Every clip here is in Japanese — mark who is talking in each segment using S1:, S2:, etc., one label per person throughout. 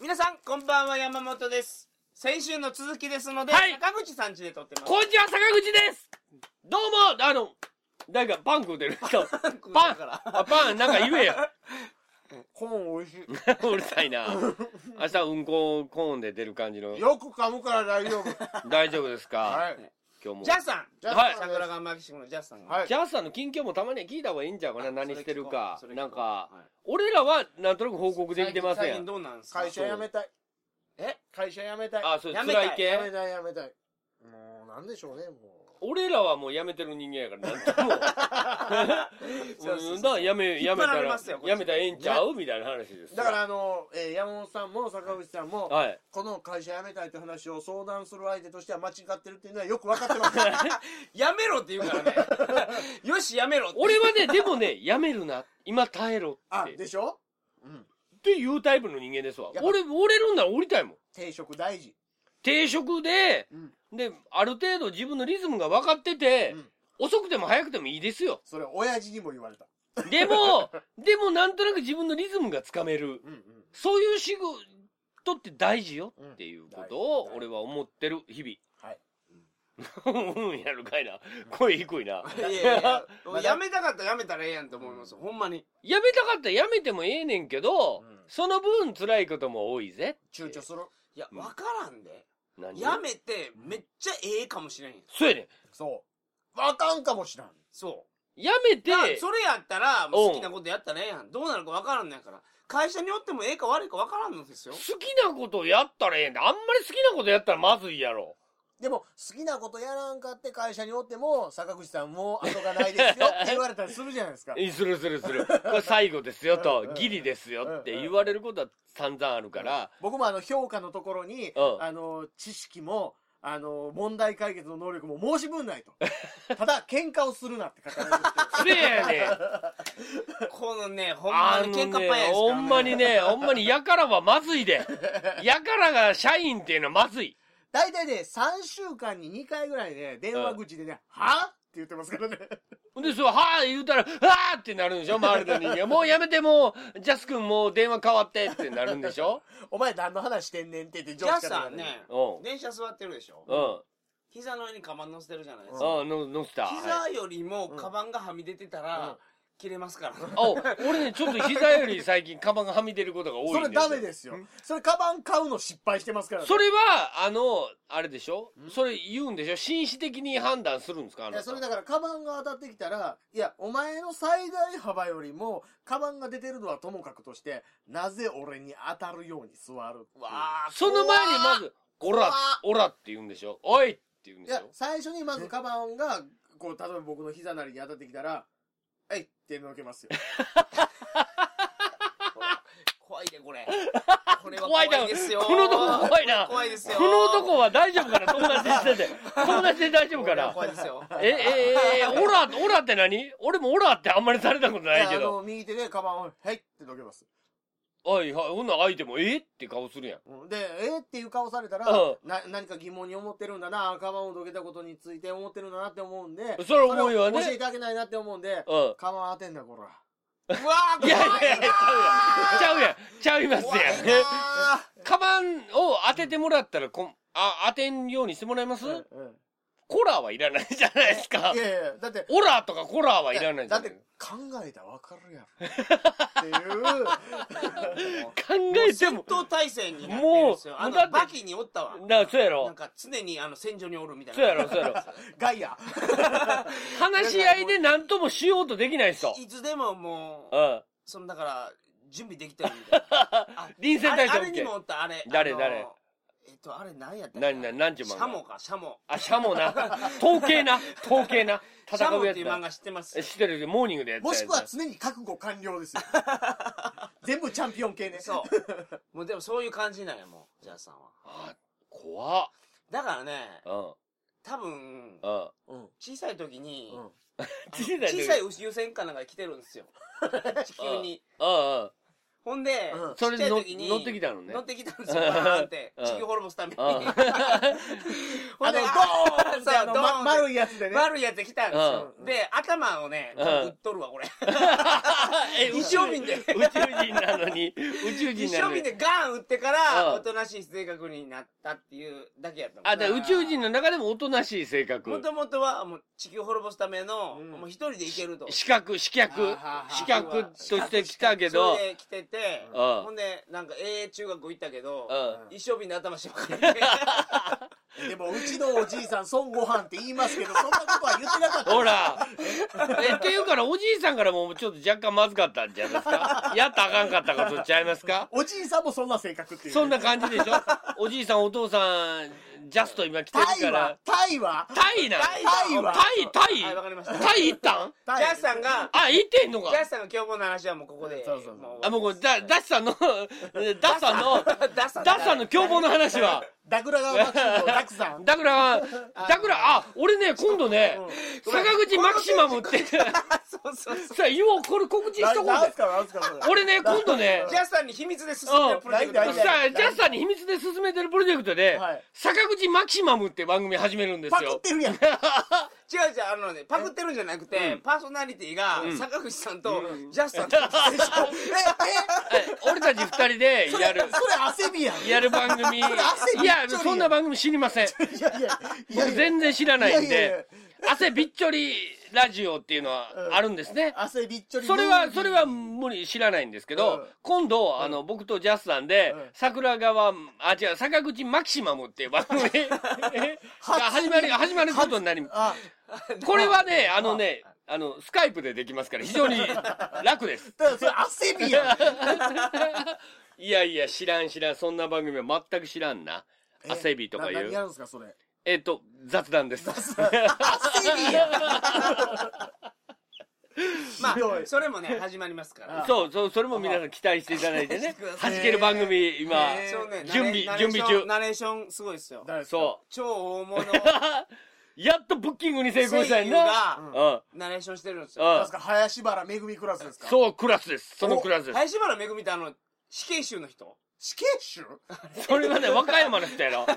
S1: 皆さんこんばんは山本です先週の続きですので、
S2: はい
S1: 坂口さん家で撮ってます
S2: こん にちは、坂口ですどうも、あの、なんかパン食う てる。パンあ、パン、なんか言えや。
S3: コーン美味しいう
S2: るさいな。明日、うんこコーンで出る感じの。
S3: よく噛むから大丈 夫
S2: 大丈夫ですか、
S3: はい
S2: 今日も。
S1: ジャスさん
S3: じゃあ
S2: はい
S1: 桜川マキシムのジャスさんが
S3: はい
S2: ジャスさんの近況もたまには聞いた方がいいんちゃうかな何してるか
S1: それ聞こう
S2: なんか、
S1: はい
S2: 俺らはなんとなく報告できてませ
S1: 最近
S2: ん
S1: どうなんですか
S3: 会社辞めたい
S1: え
S3: 会社辞めたい
S2: あそう
S1: やめたい
S2: 辛い
S3: 辞
S2: 系
S3: めたい辞めたいもうなんでしょうねも
S2: 俺らはもう辞めてる人間やから何とも
S1: そうそうそう
S2: うんだから辞め辞
S1: 引っ張
S2: めた
S1: られ
S2: ら
S1: ます
S2: 辞
S1: よこっち
S2: めたらええんちゃうみたいな話です
S3: うだからあの、えー山本さんも坂口さんも、
S2: はい
S3: この会社辞めたいという話を相談する相手としては間違ってるっていうのはよく分かって ます
S1: やめろって言うからね よしやめろって
S2: 俺はねでもね辞めるな今耐えろっ
S3: あ
S2: て
S3: でしょ
S2: っていうタイプの人間ですわ
S3: やっぱ
S2: 俺折れるんなら降りたいもん
S3: 定食大事
S2: 定食で、
S3: うん
S2: である程度自分のリズムが分かってて、
S3: うん
S2: 遅くても早くてもいいですよ
S3: それ親父にも言われた
S2: でも、 でもなんとなく自分のリズムがつかめる。
S3: うんうん
S2: そういう仕事って大事よっていうことを
S3: うん
S2: 俺は思ってる日
S3: はい
S2: 々。うん、やるかいな。声低いな。
S1: いやいやいやもうやめたかったらやめたらええやんと思いますよほんまに
S2: やめたかったらやめてもええねんけど、
S3: うん
S2: その分辛いことも多いぜ。
S3: 躊躇する
S1: いや
S2: うん
S1: わからんで
S2: 何
S1: やめてめっちゃええかもしれんやん
S2: そうやね。
S3: そう分かんかもしらん
S1: そう
S2: やめて
S1: う、だからそれやったらもう好きなことやったらええやんどうなるかわからんのやから会社によってもええか悪いかわからんのです よ
S2: 好きなことやったらええんだ。あんまり好きなことやったらまずいやろ。
S3: でも、好きなことやらんかって会社におっても、坂口さんもう後がないですよって言われたりするじゃないですか。
S2: えするするする。これ最後ですよ
S3: うん
S2: と
S3: う、ん
S2: ギリですよって言われることは散々あるから、
S3: 僕もあの評価のところに、
S2: うん
S3: あの、知識も、あの、問題解決の能力も申し分ない と。ただ、喧嘩をするなって書かれて
S2: せやねん。
S1: このねほんま
S2: あ
S1: に
S2: の
S1: 喧嘩パンやですから、
S2: ね、
S1: ね、
S2: ほんまにね、ほんまにやからはまずい で。やからが社員っていうのはまずい。
S3: 大体ね、3週間に2回ぐらいね、電話口でね、はぁって言ってますからね。
S2: で、そう、はあ言うたら、はあってなるんでしょ周りの人間。もうやめて、もう、ジャス君もう電話変わってってなるんでしょ
S3: お前何の話してんねんって言って
S1: ジ
S3: 上
S1: ャ
S3: 司
S1: ス
S3: から
S1: さ
S3: 言わ
S1: ん
S3: れる
S1: ね
S2: うん
S1: 電車座ってるでしょ
S2: うん。
S1: 膝の上にカバン乗せてるじゃないですか、
S2: うん、の、のした。はい
S1: 膝よりもカバンがはみ出てたら、
S3: うん
S1: 切れますから、
S2: あ、俺ね、ちょっと膝より最近カバンがはみ出ることが多いん
S3: そ
S2: です
S3: れ
S2: よ。
S3: ダメですよ。それ、カバン買うの失敗してますからね。
S2: それは、あの、あれでしょそれ言うんでしょ紳士的に判断するんですかあ
S3: い
S2: な
S3: や
S2: た
S3: それだからカバンが当たってきたらいやお前の最大幅よりもカバンが出てるのはともかくとしてなぜ俺に当たるように座る
S1: わあ
S2: その前にま
S1: ず
S2: ず、オラ
S1: 怖っ、
S2: オラって言うんでしょおいって言うん
S3: い
S2: でし
S3: や
S2: ょ
S3: 最初にまずカバンがこう例えば僕の膝なりに当たってきたら「はい」ってのけ ますよ
S1: 怖いで これこれは怖
S2: 怖い
S1: い
S2: な。
S1: ですよ
S2: この男怖いな。
S1: 怖いですよ
S2: この男は大丈夫かな友達してて。友達で大丈夫
S1: こ
S2: か
S1: れは
S2: な
S1: 怖いですよ
S2: え、え、え、え、オラ、オラって何俺もオラってあんまりされたことない
S3: い
S2: け
S3: やあ
S2: ど。
S3: の右手でカバンを「はい」ってのけます
S2: はいはい、ほんなら相手も、えって顔するやん。
S3: うんで「えっ?」ていう顔されたら、
S2: うん
S3: な何か疑問に思ってるんだなカバンをどけたことについて思ってるんだなって思うんで
S2: それ思いはね
S3: それを教えてあげないなって思うんで
S2: うん。
S3: 「カバン当てんなこら」
S1: うわあ
S2: い
S1: 怖い
S2: やい
S1: な
S2: やいや、ちゃうやん。ちゃうやん。ちゃいます
S1: 怖いな
S2: やん。カバンを当ててもらったらこん、あ、当てんようにしてもらえます
S3: うんうん
S2: コラはいらないじゃないですか
S3: い。やいや、だって、
S2: オラとかコラはいらないじ
S3: だ
S2: ゃ
S3: っ
S2: な
S3: て
S2: い
S3: 考えたらわかるやろ。っていう。
S2: 考
S1: もう
S2: えて
S1: 戦
S2: も、
S1: 闘態勢になってるんですよ
S2: もう
S1: あ
S2: もうだっ
S1: の
S2: て
S1: バキにおったわ
S2: な、そうやろ
S1: なん。か常にあの戦場におるみたいな
S2: そうやろ、そうやろ。
S3: ガイア。
S2: 話し合いで何ともしようとできない人。
S1: いつでももう
S2: うん。
S1: そのだから準備できてるみたい なあ
S2: 臨戦
S1: あれ
S2: 態勢
S1: あれに
S2: OK
S1: も。おったあれ
S2: 誰
S1: あの
S2: 誰
S1: えっとあれ何やったっけ
S2: 何、何、何ちゅう
S1: シ
S2: 漫
S1: ャモ
S2: 画
S1: かシャモ
S2: あ、シャモな。統計な。統計な。
S1: シ
S2: 戦
S1: ャモ
S2: う
S1: っ
S2: や
S1: てい
S2: つ
S1: う漫
S2: だ。
S1: 画知ってます
S2: え知ってるよモーニングでやったや
S3: も
S2: つ
S3: しくは常に覚悟完了ですよ。全部チャンピオン系ね。
S1: そう。もうでもそういう感じなんや、もう、ジャズさんは。
S2: あ、怖っ。
S1: だからね、
S2: うん。
S1: 多分、
S2: うん。
S3: う。うん。
S1: 小さい時に、
S3: うん
S1: 小さい宇宙船かなんか来てるんですよ。地球に。
S2: うんうん。
S1: ほんで、
S3: うん
S2: それで
S1: ちっちゃ
S2: 乗
S1: い時に
S2: 乗ってきたのね
S1: 乗ってきたんですよ、バーンって
S2: うん。
S1: 地球滅ぼすために。
S2: うん
S1: ほんで、そうドーンっ
S3: あの、ドーンってあの、ま
S1: て
S3: 丸いやつでね。
S1: 悪いやつ来たんですよ。
S3: うん
S1: で、頭をね、
S2: うん
S1: 売っとるわ、これ。
S2: え
S1: 一生瓶で
S2: 宇宙人なのに宇宙人
S1: 一
S2: な
S1: 生
S2: の
S1: 瓶
S2: に
S1: でガン打ってか
S2: うん
S1: ら、おとなしい性格になったっていうだけやったもん
S2: あだから宇宙人の中でもおとなしい性格
S1: もともとは、もう地球滅ぼすための、
S3: うん
S1: もう一人で行けると。
S2: 視覚視脚
S3: あはは
S2: 視覚として来たけど
S1: それで来てて、
S2: ん
S1: ほんで、なんか、ええ中学行ったけど、
S2: うん
S1: 一生瓶で頭しば かれて。
S3: でも、うちのおじいさん、孫悟飯って言いますけど、そんなことは言ってな かった。
S2: ほらえっていうからおじいさんからもちょっと若干まずかったんじゃないですかやったらあかんかったことちゃいますか
S3: おじいさんもそんな性格っていうね。
S2: そんな感じでしょおじいさんお父さんジャスト今来てる
S3: タイ
S2: か
S3: は
S2: ら、
S3: タイは、
S2: タイなん
S1: タイ
S3: タイは
S2: タイタイ
S1: はい、わかりました。
S2: タイ行ったん
S1: ジャスさんが、
S2: あ行ってんのか
S1: ジャスさんが今日この話はもうここで。
S3: そうそうそう
S1: も
S2: あもうこれダダッサンのダッサンの
S1: ダサ
S2: ダッサンの凶暴の話は
S3: ダグラがマクシムのダ クさん。
S2: だからだからあ俺ね今度ね坂口マキシ マムって
S1: そうそうそう。
S2: さようこれ告知しとこ
S3: な
S2: うん
S3: すか、なんすか、それ。
S2: で俺ね今度ね
S1: ジャスさんに秘密で進んでるプロジェクト
S3: うん
S1: が
S2: さジャスさんに秘密で進めてるプロジェクトで
S3: はい
S2: 坂口マキシマムって番組始めるんです
S3: パクっ
S2: よ
S3: てるやん。
S1: 違う違う、あのね、パクってるんじゃなくて、パーソナリティが
S2: うん
S1: 坂口さんとジャスさんと。
S2: え俺たち二人で
S3: それ、
S2: や
S3: それ
S2: る
S3: 汗びやん。い
S2: やる番組い
S3: 汗びっ
S2: や
S3: ちょり
S2: そんな番組知りません
S3: やいや、いや
S2: 僕
S3: いや、
S2: 全然知らないん
S3: いやいやいや
S2: で汗びっちょりラジオっていうのはあるんですね
S3: 汗びっちょり。
S2: それはそれは無理知らないんですけど、
S3: うん
S2: 今度あの僕とジャスさんで、
S3: うん
S2: 桜川あ違う坂口マキシマムっていう番組が始まり始まることになり
S3: あ、
S2: これはねあのねあのスカイプでできますから非常に楽です
S3: だからそれ汗 びやん。
S2: いやいや知らん知らんそんな番組は全く知らんな
S3: え
S2: 汗びとかい
S3: な何や
S2: う
S3: るんですか、それ。
S2: えっ、と雑談です
S3: 汗びやん。
S1: まあ
S3: ひどい、
S1: それもね、始まりますから。
S2: そうそうそれも皆さん期待していただいてね
S1: 期待してくださ
S2: 弾
S1: い
S2: ける番組今
S3: えー
S1: そうね
S2: 準備
S1: ナレ
S2: 準備中
S1: ナレーションナレーションすごいですよ。
S3: 誰ですか
S2: そう
S1: 超大 物
S2: やっとブッキングに成功した
S1: 声
S2: ん
S1: 優
S2: や
S1: が
S2: な。うん。
S1: ナレーションしてるんです
S2: うん
S1: よ。
S3: なんすか林原めぐみクラスですかう。
S2: そう、クラスです。そのクラスです。
S1: 林原めぐみってあの、死刑囚の人
S3: 死刑囚
S2: それはね、和歌山の 人やろ。和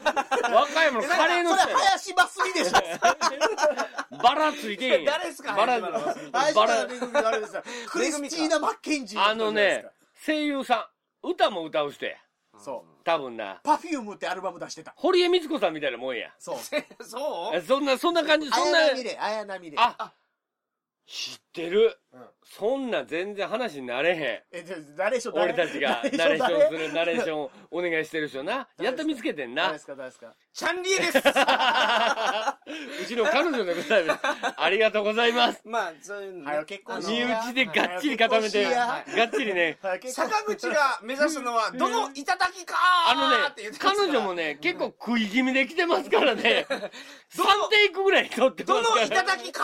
S2: 歌山のカレーの
S3: それ
S2: 人や
S3: 林真 澄でしょ。
S2: ろ。バラついてんや。
S1: 誰ですか
S2: バラ、
S1: 林原真
S3: 林
S2: バ
S3: 原
S2: ラ
S3: め、ぐみのあれですよ。クリスティーナ・マッケンジー
S2: あ
S3: 人
S2: の
S3: じゃないです
S2: ね
S3: か、
S2: 声優さん、歌も歌う人や。
S3: そう。
S2: 多分な。
S3: パフュームってアルバム出してた。
S2: 堀江光子さんみたいなもんや。
S3: そう。
S1: そう
S2: そんな、そんな感じ、そんな、
S3: 綾波レイ、綾波レイ。
S2: あ、知ってる
S3: うん。
S2: そんな全然話になれへん。
S3: え、じゃあ誰でしょ、誰
S2: 俺たちがナレーションするナレーションをお願いしてる人な。
S3: 誰
S2: やっと見つけてん
S3: 誰
S2: な
S3: で。すか、誰ですか。
S1: チャンリエで す。
S2: うちの彼女でございます。ありがとうございます。
S1: まあ、そういうのね
S3: はよ結婚し
S2: 身
S3: よう
S2: 内でがっちり固めて、が
S3: は
S2: っちりね。
S3: はい結構
S1: 坂口が目指すのは、どの頂きか
S2: あ
S1: ー
S2: の
S1: って言
S2: ね
S1: って、ます
S2: 彼
S1: から
S2: 女もね、結構食い気味で来てますか らね、3テイクぐらい取ってま
S1: ど
S2: す
S1: の
S2: から。
S1: 頂きか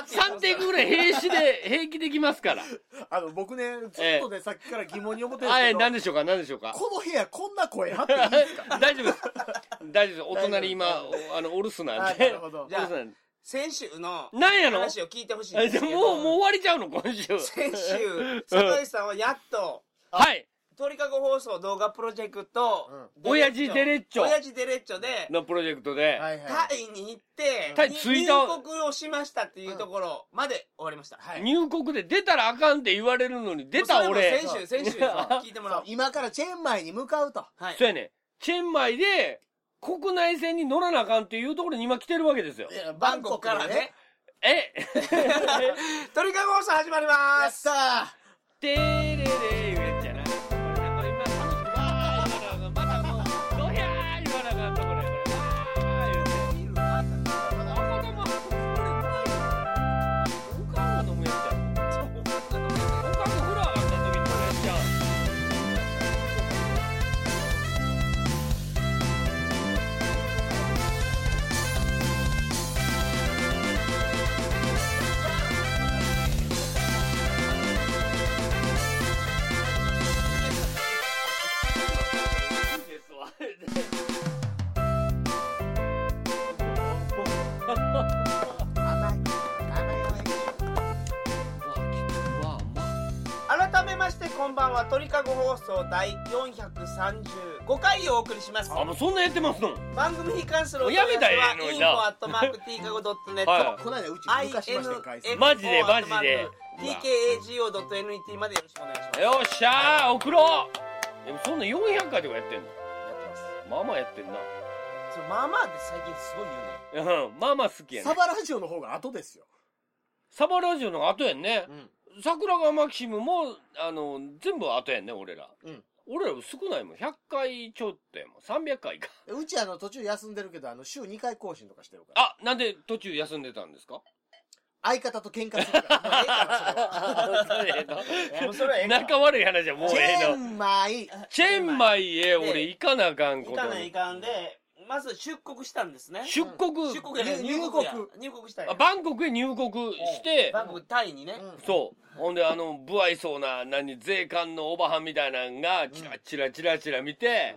S1: ーって言って
S2: 3
S1: ますか
S2: テイ
S1: ら
S2: クぐらい平気で、平気できま すから。
S3: あの、僕ね、ずっとね、さっきから疑問に思ってるん
S2: あ
S3: です
S2: え、
S3: け
S2: なん
S3: ど、
S2: でしょうか、なんでしょうか。
S3: この部屋こんな声張っていいですか
S2: 大丈夫です。大丈夫です。お隣今、おあの、お留守なん
S3: あ
S2: で。
S3: なるほど
S2: お留守なんで
S1: 先週の
S2: なんやの
S1: 話を聞いてほしいん
S2: え
S1: です
S2: で
S1: け
S2: も
S1: ど
S2: も う、もう終わりちゃうの、今週。
S1: 先週、坂口さんはやっと、
S2: はい。
S1: 鳥かご放送動画プロジェクト、
S2: 親父デレッチョ
S1: 親父デレッチョで、
S2: のプロジェクトで。
S3: はい
S1: タ
S3: はい。
S1: イに行って、
S2: タイ
S1: に
S2: 着い
S1: 入
S2: た
S1: 国をしましたっていうところまで終わりました。
S3: はい
S2: 入国で出たらあかんって言われるのに出た
S1: もうそれも
S2: 俺
S1: 先週、先週、聞いても
S3: そ
S1: らお
S3: う
S1: う。
S3: 今からチェンマイに向かうと。
S1: はい
S2: そう。やねチェンマイで国内線に乗らなあかんっていうところに今来てるわけですよ
S1: バンコクからね。。
S2: え
S1: 鳥かご放送始まり
S3: や
S1: ま
S3: っ
S1: す。
S3: たー
S2: てれれいうやつやなこれねこれ今楽しくわー言わなあかんまたもうどひゃー言わなあかんところやこれわー言うて赤玉吐くこれ怖いよおかんが飲むやつやおかんが風呂上がった時にこれやっちゃう
S1: 「鳥かご放送第435回をお送りします
S2: あもうそんなやってますの
S1: 番組に関するお問い合
S2: やめたらえ
S1: わせ
S2: えの
S1: は
S2: に
S1: info
S2: な
S1: アットマーク tkago.net
S2: は
S3: この間うち昔しましたよ回線
S1: INFO
S2: マジでマジで
S1: アットマーク tkago.net までよろしくお願いします
S2: よっしゃー送ろうでもそんな400回とかやってんの
S1: やってます
S2: まあまあやってんな
S1: そうまあまあで最近すごい言うね
S2: うんまあまあ好きや
S3: サ
S2: ね
S3: バラジオの方が後ですよ、
S2: サバラジオの後やんね桜川マキシムもあの全部後やんね俺ら、
S3: うん
S2: 俺ら少ないもん100回ちょっとやもん300回か
S3: うちあの途中休んでるけどあの週2回更新とかしてるから
S2: あなんで途中休んでたんです か
S3: 相方と喧嘩するからもうええから
S1: もうそれはええか
S2: 仲悪い話はもう
S3: それ
S2: ええ
S3: はチェ
S2: の
S3: ンマイ
S2: チェンマイへ
S1: ね
S2: 俺行かなあかんこ
S1: 行
S2: と
S1: かないかんでまず出国したんですね
S2: 出国
S1: 出国やね
S3: 入
S1: 入国や
S3: 入
S1: 入国したん
S2: あ
S1: や
S2: バンコクへ入国して
S1: バンコクタイにね
S2: そうほんであの不愛想な何税関のおばはんみたいなんがチラチラチラチラ見て、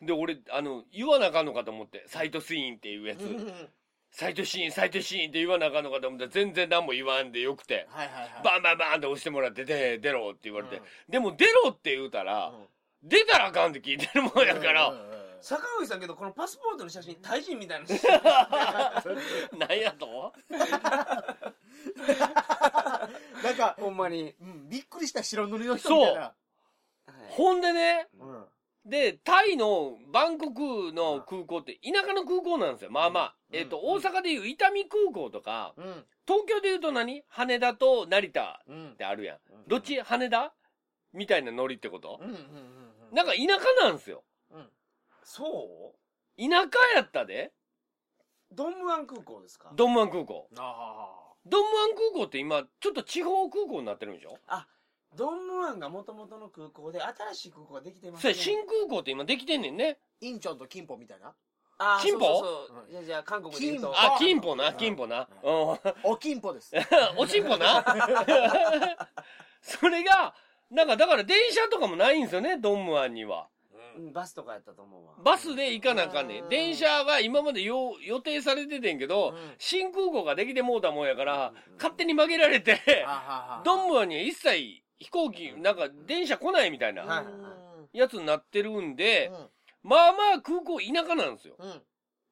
S2: で俺あの言わなあかんのかと思ってサイトシーンっていうやつ、
S3: うんうん
S2: サイトシーンサイトシーンって言わなあかんのかと思ったら全然何も言わんでよくて、
S3: はいはいはい
S2: バンバンバンって押してもらってで出ろって言われて、
S3: うん
S2: でも出ろって言うたら、
S3: うん
S2: 出たらあかんって聞いてるもんやから、
S3: うんうんうん
S1: 坂口さんけどこのパスポートの写真タイ人みたいな写真
S2: なんやと
S3: なんか、
S1: ほんまに、
S3: うん、びっくりした白塗りの人みたいな
S1: はい
S2: ほんでね
S3: うん
S2: でタイのバンコクの空港って田舎の空港なんですよまあまあ、
S3: うん
S2: えっと
S3: う
S2: 大
S3: ん
S2: 阪でいう伊丹空港とか
S3: うん
S2: 東京でいうと何羽田と成田
S3: うん
S2: ってあるやん
S3: うん
S2: どっち羽田みたいなノリってこと
S3: うんうんうんうん
S2: なんか田舎なんですよ
S3: うん
S1: そ
S2: 田舎やったで
S1: うドンムアン空港ですか
S2: ドンムアン空港
S3: あ
S2: ドンムアン空港って今ちょっと地方空港になってるんでしょ
S1: ドンムアンがもともとの空港で新しい空港ができてます
S2: そ
S1: ね
S2: れ新空港って今できてんねんね
S3: インチョンとキンポみたいな
S1: あー
S2: 金宝
S1: そうそうそうじゃあじゃあ韓国で言うと
S3: 金宝
S2: あ金ポな金ポなうん
S3: おキン ポです
S2: おちんぽなそれがなんかだから電車とかもないんですよねドンムアンには
S1: うんバスとかやったと思うわ
S2: バスで行かなあかんね
S3: うんん
S2: 電車は今までよう予定されててんけど、
S3: うん
S2: 新空港ができてもうたもんやから、
S1: うん
S2: 勝手に曲げられて
S3: あはは
S2: ドンムアンには一切飛行機なんか電車来ないみたいな、
S1: はい
S2: やつになってるんで、
S3: う
S2: まあまあ空港田舎なんですよ。
S3: んうん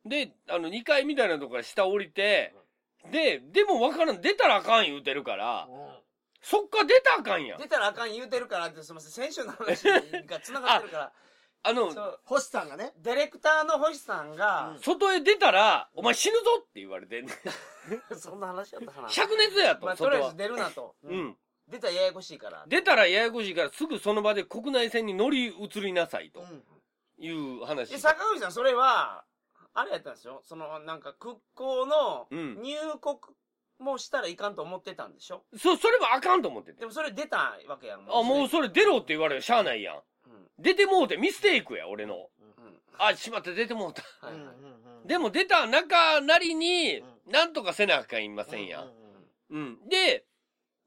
S2: で、あの2階みたいなとこから下降りて、で、でもわからん、出たらあかん言うてるから、そっから出たらあかんやん
S1: 出。たらあかん言うてるからってすみません先週の話がつながってるか
S2: あの
S1: ら、そう
S3: 星さんがね
S1: ディレクターの星さんが、
S2: 外へ出たら、お前死ぬぞって言われて、
S1: そんな話やったかな
S2: 灼熱やと、
S1: まあ、と
S2: 外
S1: りあえ
S2: は
S1: ず。出るなと、
S2: うん。
S1: 出たらややこしいから
S2: 出たらややこしいから、すぐその場で国内線に乗り移りなさいという話
S1: で。坂口さんそれはあれやったんですよそのなんか空港の
S2: うん
S1: 入国もしたらいかんと思ってたんでしょ、
S2: そ、それはあかんと思ってて
S1: で。もそれ出たわけやん
S2: あ、もう
S1: そ
S2: それ出ろって言われるしゃあないやん。
S1: うん
S2: 出てもうて、ミステイクや、俺の。
S1: うん
S2: あ、しまった、出てもうた。
S1: はいはい
S2: でも出た中なりに、なんとかせなあかんいませんや。
S3: うん
S2: うん。で、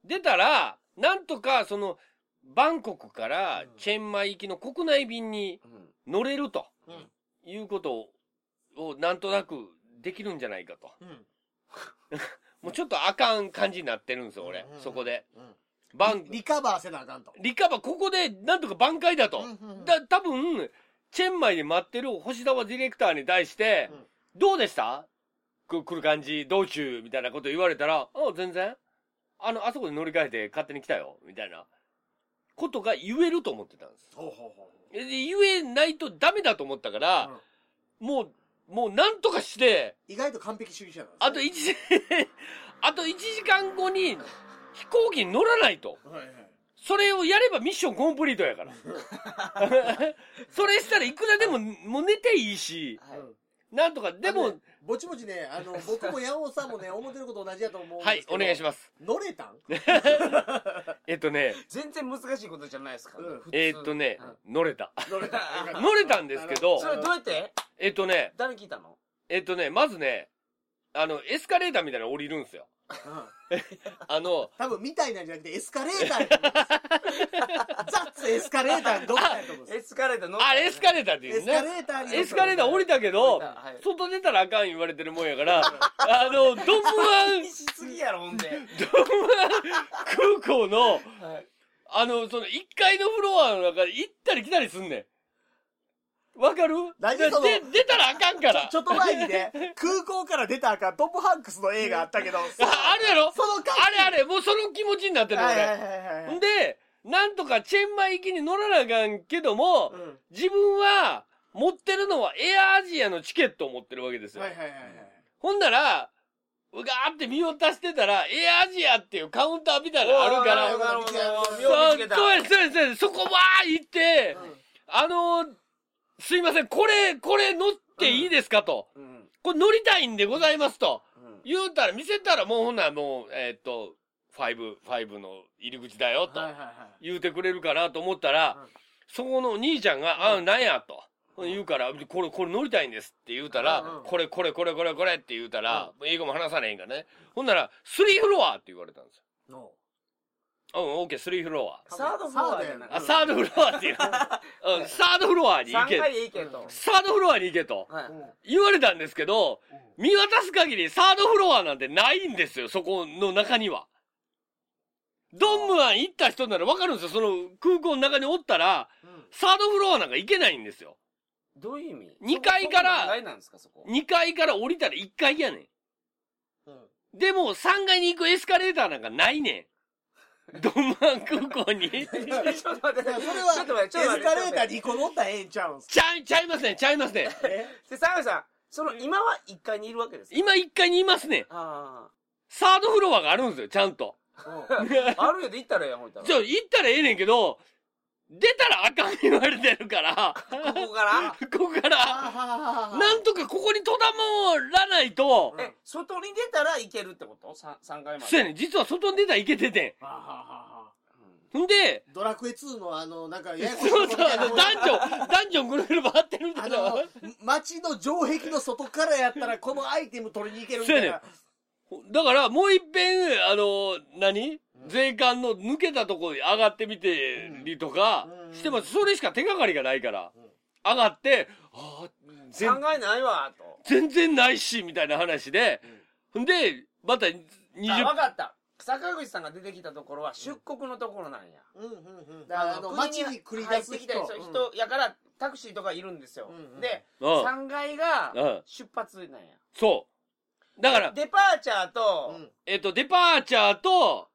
S2: 出たら、なんとか、その、バンコクから
S3: うん
S2: チェンマイ行きの国内便に
S1: うん
S2: 乗れると
S3: うん
S2: いうことを、なんとなくできるんじゃないかと。
S3: うん
S2: もうちょっとあかん感じになってるんですよ、俺
S3: うん。
S2: そこで。
S3: うん
S2: バン、
S3: リカバーせなあかんと
S2: リカバー、ここで、なんとか挽回だと。だ、多分、チェンマイで待ってる星沢ディレクターに対して、どうでしたく来る感じ、道中、みたいなこと言われたら、あ全然。あの、あそこで乗り換えて勝手に来たよ、みたいな。ことが言えると思ってたんです。
S3: ほうほうほ
S2: で言えないとダメだと思ったから、もう、もうなんとかして、
S3: う意外と完璧主義者なんです
S2: あと1時、 あと1時間後に飛行機に乗らないと。
S3: はいはい
S2: それをやればミッションコンプリートやから。 それしたらいくらでも、もう寝ていいし、
S1: はい
S3: うん
S2: なんとか、で
S3: あ
S2: も
S3: のね、ぼちぼちねあの僕も八尾さんもね思ってること同じやと思うん
S2: は
S3: で
S2: い
S3: す、けど
S2: お願いします。
S3: 乗れた ん
S2: えっとね、
S1: 全然難しいことじゃないですからね、
S3: うん
S1: 普通
S2: えっとね
S1: うん、
S2: 乗れた。
S3: 乗れた
S2: 乗れたんですけど
S1: それどうやって
S2: えっとね、
S1: 誰に聞いたの
S2: えっとね、まずね、あの、エスカレーターみたいなの降りるんですよ。
S3: うん
S2: あ の、
S3: 多分みたいなんじゃなくてエスカレーターやと思 うんですザッツエスカレーターどっかやと思うんです
S1: エスカレーター乗った
S2: あれエスカレーターって
S3: エ
S2: 言う
S3: ス
S2: ね
S3: カ。レーターに
S2: エスカレーター降りたけど
S1: 降りたはい、
S2: 外出たらあかん言われてるもんや から、あの、ドンブアン、
S1: しすぎやろほんで、
S2: ドンブアン空港の、
S1: はい
S2: あの、その1階のフロアの中で行ったり来たりすんねん。わかる
S3: 何
S2: で
S3: その
S2: で出たらあかんから。
S3: ちょっと前にね、空港から出たらあかんトム・ハンクスの映画あったけど、そ の
S2: ああるやろ
S3: その感
S2: あれあれ、もうその気持ちになって
S3: じ。
S2: るの
S3: はいはい
S2: 俺。
S3: はいはい
S2: んで、なんとかチェンマイ行きに乗らなあかんけども、
S3: うん
S2: 自分は持ってるのはエアアジアのチケットを持ってるわけですよ。
S3: はいはいはいはい。
S2: ほんなら、うがーって見渡してたら、エアアジアっていうカウンターみたいなのある
S1: な
S2: か
S1: る
S2: ら、
S1: ほどなるほど
S2: そう
S1: よう見つ
S2: そうや
S1: けた
S2: そうやそうやそこばー行って、あのーすいません、これ、これ乗っていいですかと。
S1: うん
S2: これ乗りたいんでございますと。
S1: うん
S2: 言うたら、見せたらもうほんならもう、えーっと、ファイブ、ファイブの入り口だよと。
S3: はいはいはい。
S2: 言うてくれるかなと思ったら、
S3: うん
S2: そこの兄ちゃんが、あ、なんやと。言うから、これ、これ乗りたいんですって言うたら、
S3: うんうん
S2: これ、これ、これ、これ、これって言うたら、英語も話されへんからね。ほんなら、スリーフロアって言われたんです
S3: の
S2: よ。うん、オッケー、スリーフロア。
S1: サードフロアじゃない
S2: あ、サードフロアって言う。う ん、サードフロアに行
S1: 3
S2: け。
S1: 回でいいけと
S2: サードフロアに行けと。
S1: はい
S2: 言われたんですけど、見渡す限りサードフロアなんてないんですよ、そこの中には。ドンムアン行った人ならわかるんですよ、その空港の中におったら、サードフロアなんか行けないんですよ。
S1: どういう意味
S2: 二階から
S1: そこ何階なんですかそこ
S2: 2階から降りたら1階やねん。でも3階に行くエスカレーターなんかないねん。ドンムアン空港に。
S1: ちょっと待ってちょっと待って
S3: それはエスカレーターにこ乗ったらええんちゃうんす
S2: ちゃい、ちゃいますねん、ちゃいますねん。
S3: え
S1: で、サムさん、その、今は1階にいるわけですか
S2: 今1階にいますねん。
S1: あ
S2: サードフロアがあるんですよ、ちゃんと。
S1: あ。あるよで行ったらええやん、ほいたら。
S2: ちょ、行ったらええねんけど、出たらあかん言われてるから、
S1: ここから
S2: ここから、な
S3: なん
S2: とかここにとだまらないと、
S1: え、外に出たら行けるってこと ?3、三階まで。
S2: そうやねん、実は外に出たらいけてて
S1: うん
S2: ん。んで、
S3: ドラクエ2のあの、なんか、ややこしい
S2: そうそう、あのダンジョン、ダンジョンぐるぐる回ってるみた
S3: あ
S2: いな。
S3: の、街の城壁の外からやったら、このアイテム取りに行けるみたいな。
S2: だから、もう一遍、あの、何税関の抜けたとこに上がってみてりとか
S3: うん
S2: してます。それしか手がかりがないから
S3: うん。
S2: 上がって、ああ、全
S1: 3階ないわ、と。
S2: 全然ないし、みたいな話で。ほんで、また20
S1: あ、わかった。坂口さんが出てきたところは出国のところなんや。
S3: うんうんうん。
S1: だから
S3: あの、
S1: 国
S3: 街に繰り出す
S1: 入ってきた
S3: 人。
S1: りする人やから、タクシーとかいるんですよ
S3: うんう。ん
S1: で、
S2: うん
S1: 3階が
S2: うん
S1: 出発なんや。
S2: そう。だから、
S1: デパーチャー
S3: う
S1: と
S3: ん、
S2: えっと、デパーチャーと、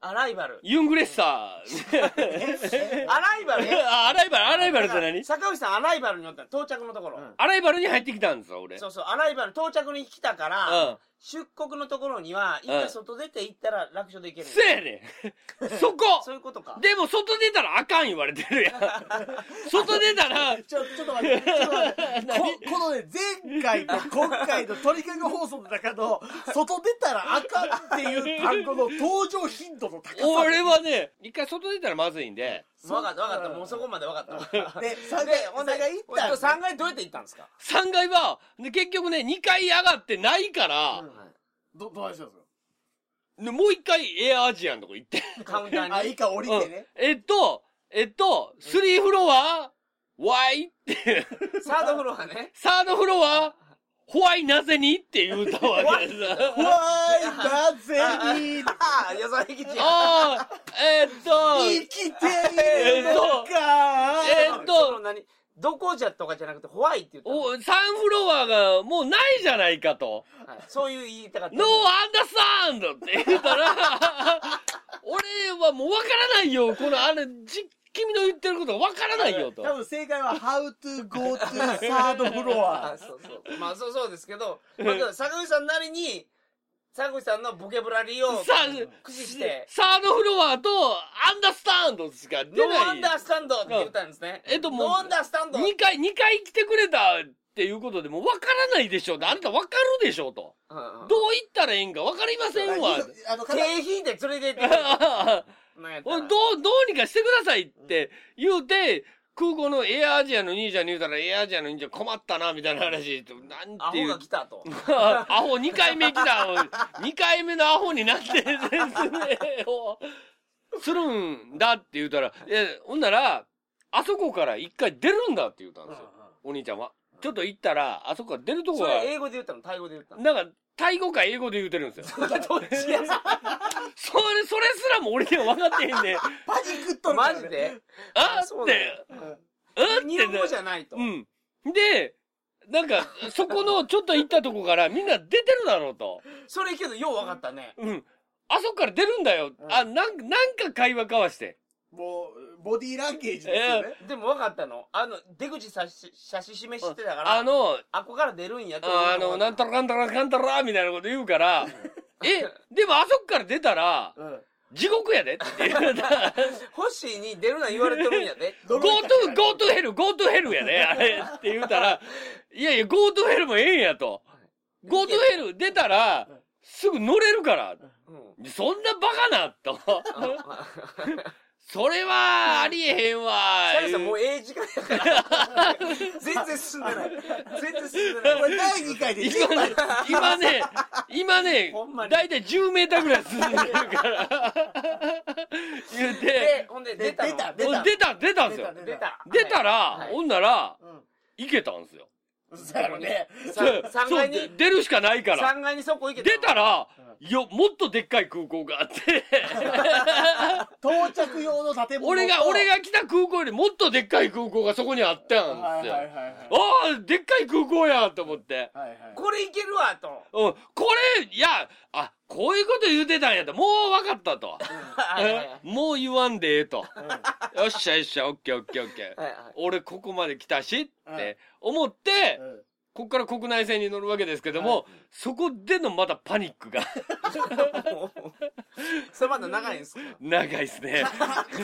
S1: アライバル。
S2: ユングレッサ
S1: ア
S2: ー。
S1: ライバルね
S2: あ、アライバル、アライバルっ
S1: だ
S2: て
S1: から
S2: 何
S1: 坂口さん、アライバルに乗った到着のところ。
S3: うん
S2: アライバルに入ってきたんですよ、俺。
S1: そうそう、アライバル到着に来たか
S2: うん
S1: ら、出国のところには、一
S2: うん
S1: 回外出て行ったら楽勝で行けるんや。
S2: せやねん。そこ
S1: そういうことか。
S2: でも外出たらあかん言われてるやん。外出 たら、
S3: ちょ、ちょっと待って、ちょっと待って。ここのね、前回と今回の鳥かご放送の 中の、外出たらあかんっていう単語の登場頻度の高さ。
S2: 俺はね、一回外出たらまずいんで、
S1: わかったわかった、もうそこまでわかった。
S3: で、3回、
S1: ほん
S3: 3回行った
S1: ほん
S3: んで
S1: と3階どうやって行ったんですか
S2: 3階は、で結局ね、2階上がってないから、
S3: ど、どうしたんです
S2: でもう1回エアアジアのとこ行って。
S1: カウンタ
S3: かあ、
S1: ー
S3: 以
S1: に。
S3: 下降りてね。
S2: うんえっと、えっと、スリーフロア、ワイって、
S1: サードフロア ね。
S2: サードフロア、ホワイなぜにって言うたわけです。
S3: わーい、なぜに、
S1: ああ、よそ行き違う。
S2: ああ、えっと、
S3: 生きているのか。
S2: えっと
S1: その何どこじゃとかじゃなくて、ホワイって言ったの
S2: お、3フロアがもうないじゃないかと。
S1: はいそういう言いたかった。
S2: ノーアンダーサンドって言 ったら、俺はもうわからないよ。この、あれ、じ、君の言ってることがわからないよと。
S3: 多分正解は、how to go to third
S1: あ
S3: floor。
S1: そうそう。まあ、そうそうですけど、まあでも坂口さんなりに、坂口さんのボケブラリーを
S2: さ
S1: 駆使して、
S2: サードフロアと、アンダースタンドしか出
S1: ノ
S2: ない。
S1: ーアンダースタンドって言ったんですね。
S2: うんえっともう
S1: ノーアンダースタンド。
S2: 2回、二回来てくれたっていうことでもう分からないでしょうってあなた分かるでしょうと。
S1: うんうん
S2: どう言ったらええんか分かりませんわ。
S3: あ の、
S1: 手引いて連れて行ってくれ た
S2: ほ
S1: なんやったら
S2: んどう、どうにかしてくださいって言うて、空港のエアアジアの兄ちゃんに言うたら、エアアジアの兄ちゃん困ったな、みたいな話。なん
S1: ア
S2: てい
S1: ホ
S2: う
S1: が。来たと。
S2: アホ2回目来た。2回 目のアホになって、説明を するんだって言うたら、え、ほんなら、あそこから一回出るんだって言ったんですよ。お兄ちゃんは。ちょっと行ったら、あそこから出るとこ
S1: そ
S2: が
S1: れ、英語で言ったのタイ語で言ったの
S2: なんか、タイ語か英語で言うてるんですよ。
S1: どっちや
S2: それ、それすらも俺には分かってへ んねん。
S3: パニックっとるから
S1: マ
S3: ね
S1: ジで
S2: あ
S1: そ
S2: っ
S1: う
S2: て
S1: だ、よ
S2: あって
S1: 日本語じゃないと。
S2: うん。で、なんか、そこのちょっと行ったとこからみんな出てるだろうと。
S1: それけど、よう分かったね。
S2: うん。あそこから出るんだよ。
S3: うん
S2: あ、なん、なんか会話交わして。
S3: もうボディーランゲージですよね、
S1: でも分かったの。あの、出口差し、差し示してたから、
S2: あ
S1: あの、
S2: の、
S1: あこから出るんやと思
S2: あの、なんたらかんたらかんたらみたいなこと言うから、え、でもあそこから出たら、
S3: うん
S2: 地 獄やでって言うた。
S1: ホッシーに出るな言われてるんや で。
S3: ど
S2: GoTo、GoTo ヘル、GoTo ヘルやね、あれって言うたら、いやいや、GoTo ヘルもええんやと。GoTo ヘル出たら、すぐ乗れるから。
S1: うん。
S2: そんなバカなと。それはありえへんわ。
S1: サリさんもうええ時間や から。全然進んでない。全然進んで
S3: こ
S1: ない。
S3: れ第2回で
S2: 今ね、今ね、今ね
S1: ほんま、に
S2: だいたい10メーターぐらい進んでる から、言う
S1: で
S2: て、、
S1: ほんで
S3: 出
S1: 出た
S3: た
S1: の。
S3: 出た
S2: 出た、出た、出たんですよ。
S1: 出た。
S2: 出たら
S1: は、い
S2: ほんなら、
S3: う
S2: 行けたんですよ。
S3: んそうやろね
S1: さ
S2: そう
S1: 3階
S2: で
S1: に、
S2: 出るしかないから。
S1: 3階にそこ行け
S2: 出た
S1: ら
S2: ら、よ、もっとでっかい空港が あって、
S3: 到着用の建物と
S2: 俺が、俺が来た空港よりもっとでっかい空港がそこにあったん
S3: はい
S2: です
S3: はいは
S2: よ。
S3: いはい
S2: ああ、でっかい空港やと思って。
S3: はいはい
S1: これ行けるわと。
S2: うん、これ、いや、あ、こういうこと言うてたんやと、もう分かったと。
S1: はいはいはいはい
S2: もう言わんでええと。よっしゃよっしゃ、オッケーオッケーオッケー。
S1: はい
S2: 俺ここまで来たしって思って、
S3: うん
S2: ここから国内線に乗るわけですけども、そこでのまたパニックが
S1: それまだ長いんですか
S2: 長いで すね。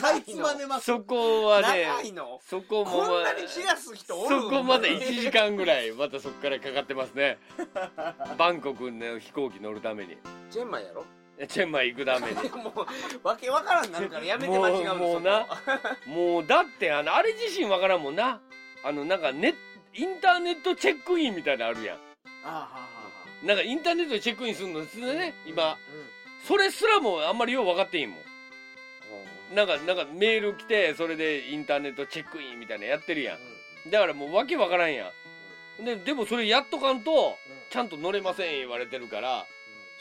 S3: かいつま めます
S2: そこは
S1: 長い
S2: ね、
S1: の
S2: そこも、
S1: こんなに切らす人おる
S2: そこまで1時間ぐらい、またそこからかかってますね。バンコクの飛行機乗るために、
S1: ジェンマやろ
S2: チェンマイ行くために。
S1: もうわけわからんなるからやめて間違うの
S2: もうもうなもうだってあのあれ自身わからんもんなあのなんかネインターネットチェックインみたいなのあるや
S3: あははは
S2: んなんかインターネットでチェックインするのですね今
S3: うん
S2: それすらもあんまりよう分かってへんもん
S1: そ
S2: なんかなんかメール来てそれでインターネットチェックインみたいなのやってるや
S1: こうん
S2: だからもうわけわからんやんででもそれやっとかんとちゃんと乗れません言われてるから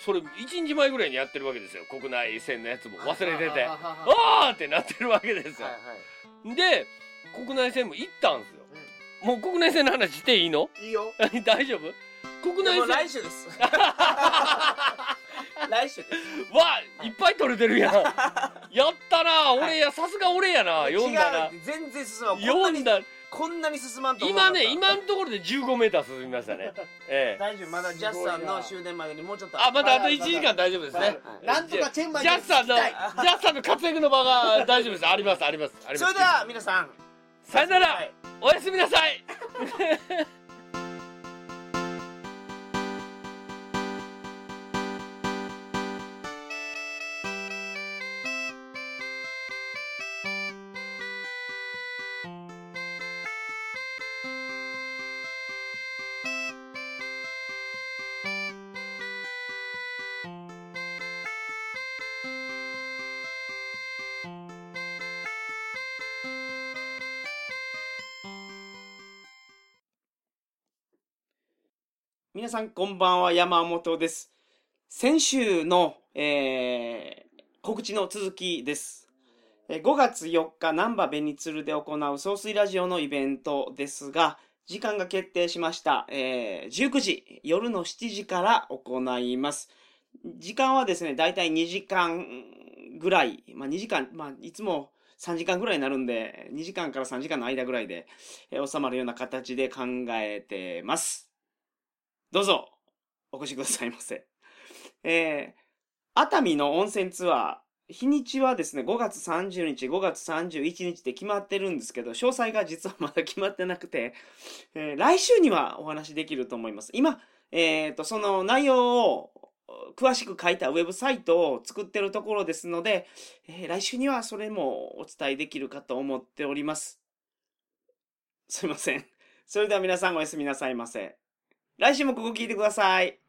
S2: それ1日前ぐらいにやってるわけですよ国内線のやつも忘れてて
S3: あは
S2: あ
S3: はは
S2: あーってなってるわけですよ
S1: はいはい
S2: で国内線も行ったんですよ、もう国内線の話していいの
S3: いいよ
S2: 大丈夫国
S1: で
S2: 内
S1: も
S2: 線
S1: 来週です 来週です
S2: わいっぱい取れ てるやんやったな俺やさすが俺やな読んだな
S1: 違う全然進まんこんな
S2: 読ん
S1: に
S2: だ
S1: こんなに進まんと思わな
S2: 今
S1: かった
S2: ね今のところで1 5メーター進みましたねええ
S1: 大丈夫まだジャスさんの終電までにもうちょっと
S2: あま
S1: だ
S2: たあと1時間大丈夫ですね
S1: はい
S3: なんとかチェンマイ
S2: ジ
S3: に
S2: ャスさんの
S3: 行
S2: ジ
S3: きたい
S2: ャスさんの活躍の場が大丈夫ですありますありますあります
S1: それでは皆さん
S2: さよなら、
S1: はい
S2: おやすみなさい
S1: 皆さんこんばんは、山本です。先週の、えー告知の続きです。えー5月4日、南波ベニツルで行う総水ラジオのイベントですが、時間が決定しました。えー19時、夜の7時から行います。時間はですね、だいたい2時間ぐらい、まあ2時間、まあいつも3時間ぐらいになるんで、2時間から3時間の間ぐらいで、えー収まるような形で考えてます。どうぞ、お越しくださいませ。えー、熱海の温泉ツアー、日にちはですね、5月30日、5月31日で決まってるんですけど、詳細が実はまだ決まってなくて、えー来週にはお話しできると思います。今、えー、と、その内容を詳しく書いたウェブサイトを作ってるところですので、えー来週にはそれもお伝えできるかと思っております。すいません。それでは皆さんおやすみなさいませ。来週もここ聞いてください。